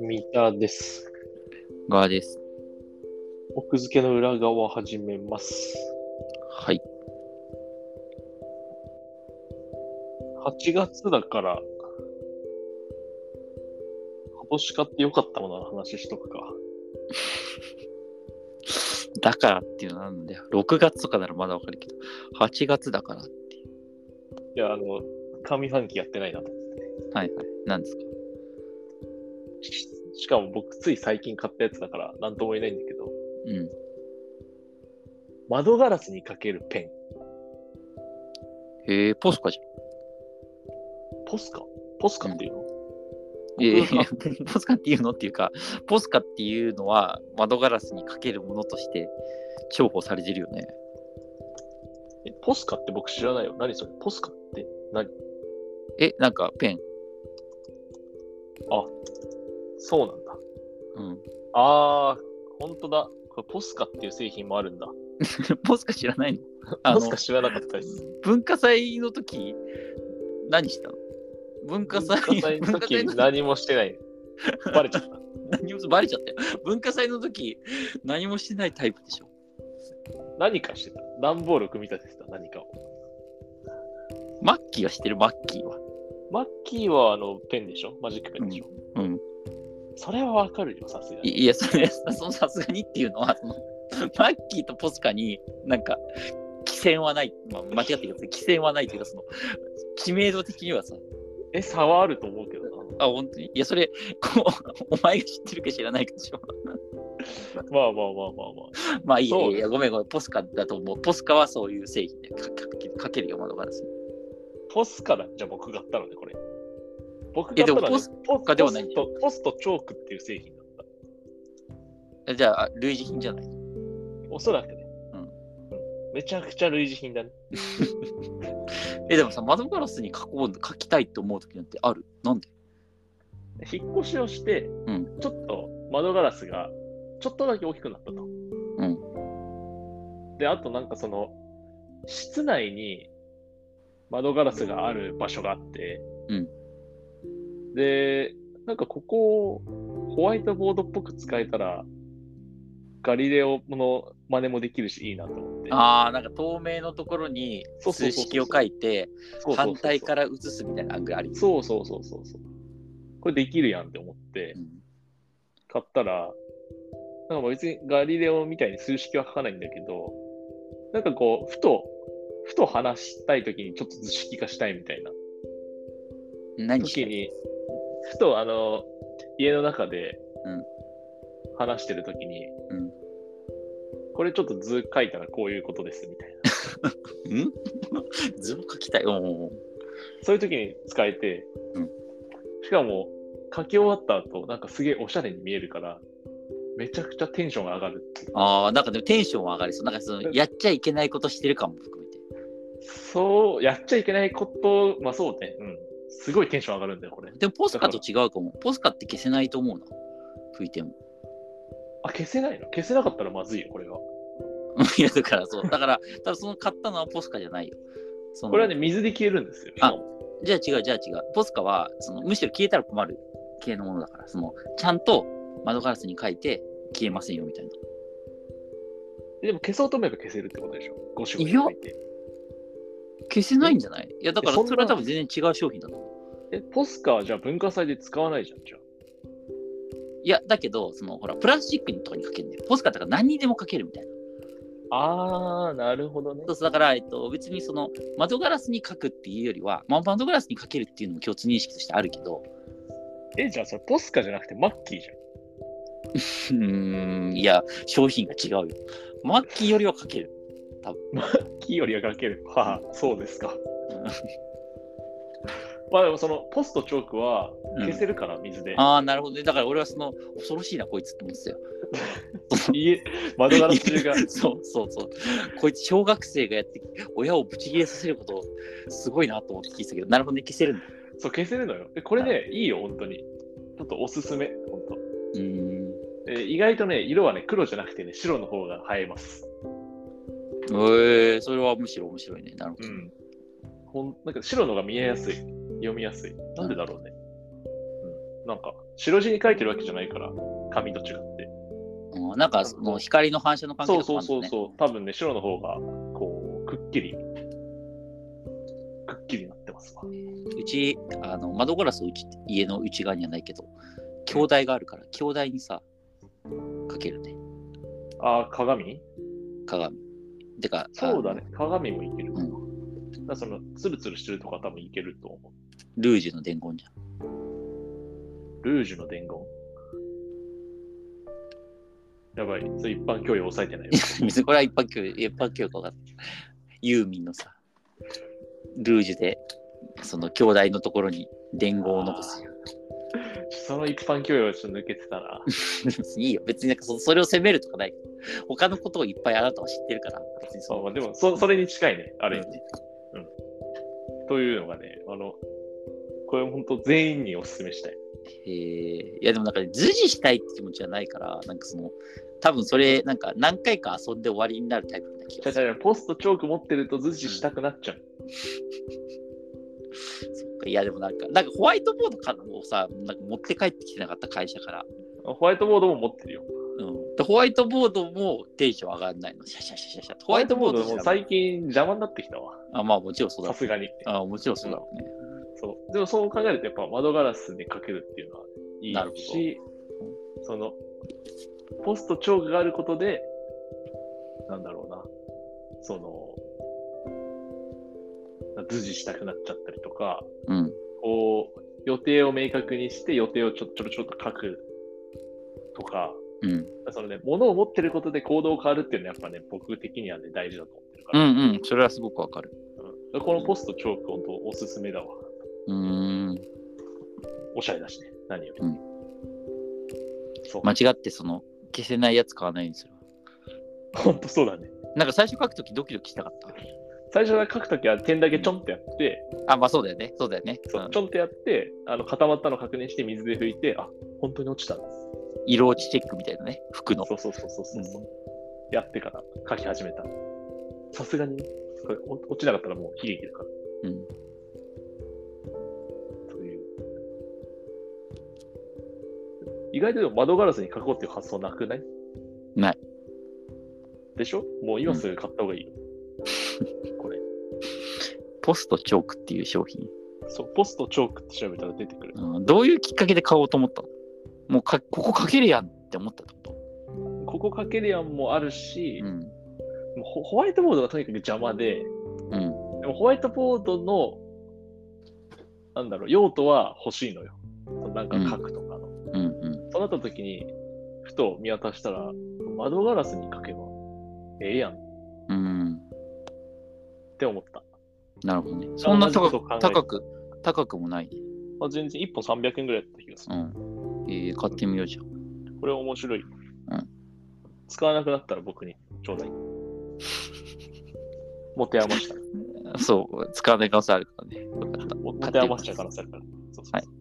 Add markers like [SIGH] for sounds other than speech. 三田です。側です。奥付けの裏側始めます。はい。 8月だから、今年買ってよかったものの話しとくか。だからっていうのなんだよ。6月とかならまだわかるけど、8月だから。いや、あの、上半期やってないなと。はいはい。なんですかししかも僕つい最近買ったやつだから、なんとも言えないんだけど、うん。窓ガラスにかけるペン。へえ、ポスカじポスカポスカっていうの、ゃん。ええ僕が [LAUGHS] ポスカっていうのっていうか、ポスカっていうのは窓ガラスにかけるものとして重宝されてるよね。えポスカって僕知らないよ。何それポスカって何え、なんかペン。そうなんだ。うん。 [LAUGHS] あー、ほんとだ。これポスカっていう製品もあるんだ。ポスカ知らないのあポのスカ知らなかったです。文化祭の時、何したの文化祭文化祭の時文化祭の時何もしてない。バレちゃった。何もバレちゃったよ。文化祭の時何もしてないタイプでしょ。何かしてた。段ボール組み立ててた、何かを。マッキーはしてるマッキーは。マッキーはあのペンでしょマジックペンでしょ、うん。それはわかるよ、さすがに。いいや、 [LAUGHS] それ、さそのさすがにっていうのは、そのマッキーとポスカに、なんか、規制はない、まあ、間違ってるけど、規制はないというか、その、知名度的にはさ、え、差はあると思うけどな。あ、本当に、いや、それ、こう、 [LAUGHS] お前が知ってるか知らないかでしょ。 [LAUGHS] まあまあまあまあまあ。まあいいそうよ、ねいや、ごめんごめん、ポスカだと思う。ポスカはそういう製品で、か [LAUGHS] かけかけるよ、窓ガラスに。ポスカだ。じゃあ僕が買ったのね、これ。僕えが買でっもたのね、ポスポカではないポストポストチョークっていう製品だった。えじゃあ、類似品じゃないのおそらくね。うんうんめちゃくちゃ類似品だね。え、でもさ、窓ガラスに書こう、書きたいと思う時なんてあるなんで引っ越しをして、んちょっと窓ガラスがちょっとだけ大きくなったと。で、あとなんかその、室内に窓ガラスがある場所があって、うんで、なんかここをホワイトボードっぽく使えたら、ガリレオの真似もできるし、いいなと思って。 [LAUGHS] ああ、なんか透明のところにそうそうそう数そう式を書いて、そうそうそうそう反対から移すみたいな案がありそうそうそうそうそう。これできるやんって思って、買ったら、なんか別にガリレオみたいに数式は書かないんだけど、なんかこう、ふと、ふと話したいときにちょっと図式化したいみたいな何して時るに、ふとあの、家の中でうん話してるときに、うんこれちょっと図書いたらこういうことですみたいな。ん図を書きたい。おうおうそういうときに使えて、うんしかも書き終わった後、なんかすげえおしゃれに見えるから、めちゃくちゃテンションが上がるっていうああ、なんかでもテンションは上がりそう。なんかそうんのやっちゃいけないことしてる感も含めて。そう、やっちゃいけないこと、まあそうね、うん。すごいテンション上がるんだよ、これ。でもポスカと違うかも。ポスカって消せないと思うな。拭いても。 [LAUGHS] あ、消せないの消せなかったらまずいよ、これは。いやだからそう。だから、多分その買ったのはポスカじゃないよ。そのこれはね、水で消えるんですよ。あじゃあ違う、じゃあ違う。ポスカはそのむしろ消えたら困る系のものだから、そのちゃんと窓ガラスに書いて消えませんよみたいな。でも消そうと思えば消せるってことでしょ。5種類いや入って。消せないんじゃないいやだからそんなそれは多分全然違う商品だと思う。え、ポスカはじゃあ文化祭で使わないじゃん、じゃあ。いや、だけど、そのほら、プラスチックとかにかけるんだよ。ポスカとか何にでもかけるみたいな。あー、なるほどねそう。そうだから、えっと、別にその窓ガラスに書くっていうよりは、まあ、窓ガラスにかけるっていうのも共通認識としてあるけど、え、じゃあそれポスカじゃなくてマッキーじゃん。うーん、いや、商品が違うよ。マッキーよりはかける。マッキーよりは書ける。はあ、そうですか。まあでもそのポストチョークはうん消せるから、水で。ああ、なるほどね。だから俺はその、恐ろしいな、こいつって思ってたよ。家、窓ガラス中が。 [LAUGHS] そうそうそう。こいつ、小学生がやって、親をブチ切れさせること、すごいなと思って聞いてたけど、なるほどね、消せるんだ。そう、消せるのよ。でこれね、いいよ、本当に。ちょっとおすすめ、本当。うーん。えー意外とね、色はね、黒じゃなくてね、白の方が映えます。えー、それはむしろ面白いね。なるほど。ん。ほんなんか白のが見えやすい、読みやすい。なんでだろうね。うん、なんか、白地に書いてるわけじゃないから、紙と違って。うんなんか、その光の反射の関係そうとかそもうあるそんうだねそう、多分ね、白の方が、こう、くっきり、くっきりなってますわ。うち、あの窓ガラスをうち家の内側にはないけど、兄弟があるから、兄弟にさ、かけるね、ああ、鏡鏡。てか、そうだねね、鏡もいける。うだからその、ツルツルしてるとか多分いけると思ルージュの伝言じゃん。 [LAUGHS] う。ルージュの伝言。やばい、それ一般教養抑えてないよ。 [LAUGHS] 別にこれは一般教養、一般教養がユーミンのさ、ルージュで、その兄弟のところに伝言を残す。その一般教養はちょっと抜けてた [LAUGHS] な。別にいいよ。別になんかそそれを責めるとかない。他のことをいっぱいあなたは知ってるから。別にそそうのまあ、でもそ、それに近いね、ある意味う。うん。というのがね、あの、これ本当全員にお勧めしたい。えーいやでもなんかね図示したいって気持ちはないから、なんかその、多分それ、なんか何回か遊んで終わりになるタイプな気ちがゃすちゃる。ちゃ、ポストチョーク持ってると図示したくなっちゃう。そっかいやでもなんか、なんかホワイトボードかをさ、なんか持って帰ってきてなかった会社から。ホワイトボードも持ってるよ。うん、でホワイトボードもテンション上がんないの。シャシャシャシャシャ。ホワイトボードもも最近邪魔になってきたわ。あまあもちろんそうださ。すがに。あもちろんそうだろうね。そう。でもそう考えると、やっぱ窓ガラスにかけるっていうのはいいなるほどし、その、ポストチョークがあることで、なんだろうな、その、図示したくなっちゃったりとか、うん。こう、予定を明確にして、予定をちょちょろちょろっと書くとか、うん。そのね、物を持ってることで行動変わるっていうのはやっぱね、僕的にはね、大事だと思ってるかうら。んうん。それはすごくわかる。うんこのポストチョーク、本当おすすめだわ。うーん。おしゃれだしね、何より。うんそう、間違ってその、消せないやつ買わないようにするわ。本当そうだね。なんか最初書くときドキドキしたかった。最初は書くときは点だけちょんってやって、あ、まあそうだよね。そうだよね。そううんちょんってやって、あの固まったの確認して水で拭いて、あ、本当に落ちたんです。色落ちチェックみたいなね。服の。そうそうそうそうそうそう、やってから書き始めた。さすがに、これお落ちなかったらもう悲劇だから。うん。という。意外とでも窓ガラスに書こうっていう発想なくないない。でしょもう今すぐ買った方がいいよ。これ。ポストチョークっていう商品。そう、ポストチョークって調べたら出てくる。うん、どういうきっかけで買おうと思ったのもうか、ここ書けるやんって思ったってことここかけるやんもあるし、ん。もうホホワイトボードがとにかく邪魔で、うん。でもホワイトボードの、なんだろう、用途は欲しいのよ。そのなんか書くとかの。うんうん。そうなった時に、ふと見渡したら、窓ガラスに書けばええやんっうん。て思った。なるほどね。そんな同じこと高考えてく、高く、高くもないね。まあ、全然1本300円ぐらいだった気がする。うん。えー、買ってみようじゃん。これ面白い。ん使わなくなったら僕にちょうだい。 [LAUGHS] 持て余した。そう、使わない可能性あるからね。よかった。持買ってみますて余した可能性あるから。そうそうそうはい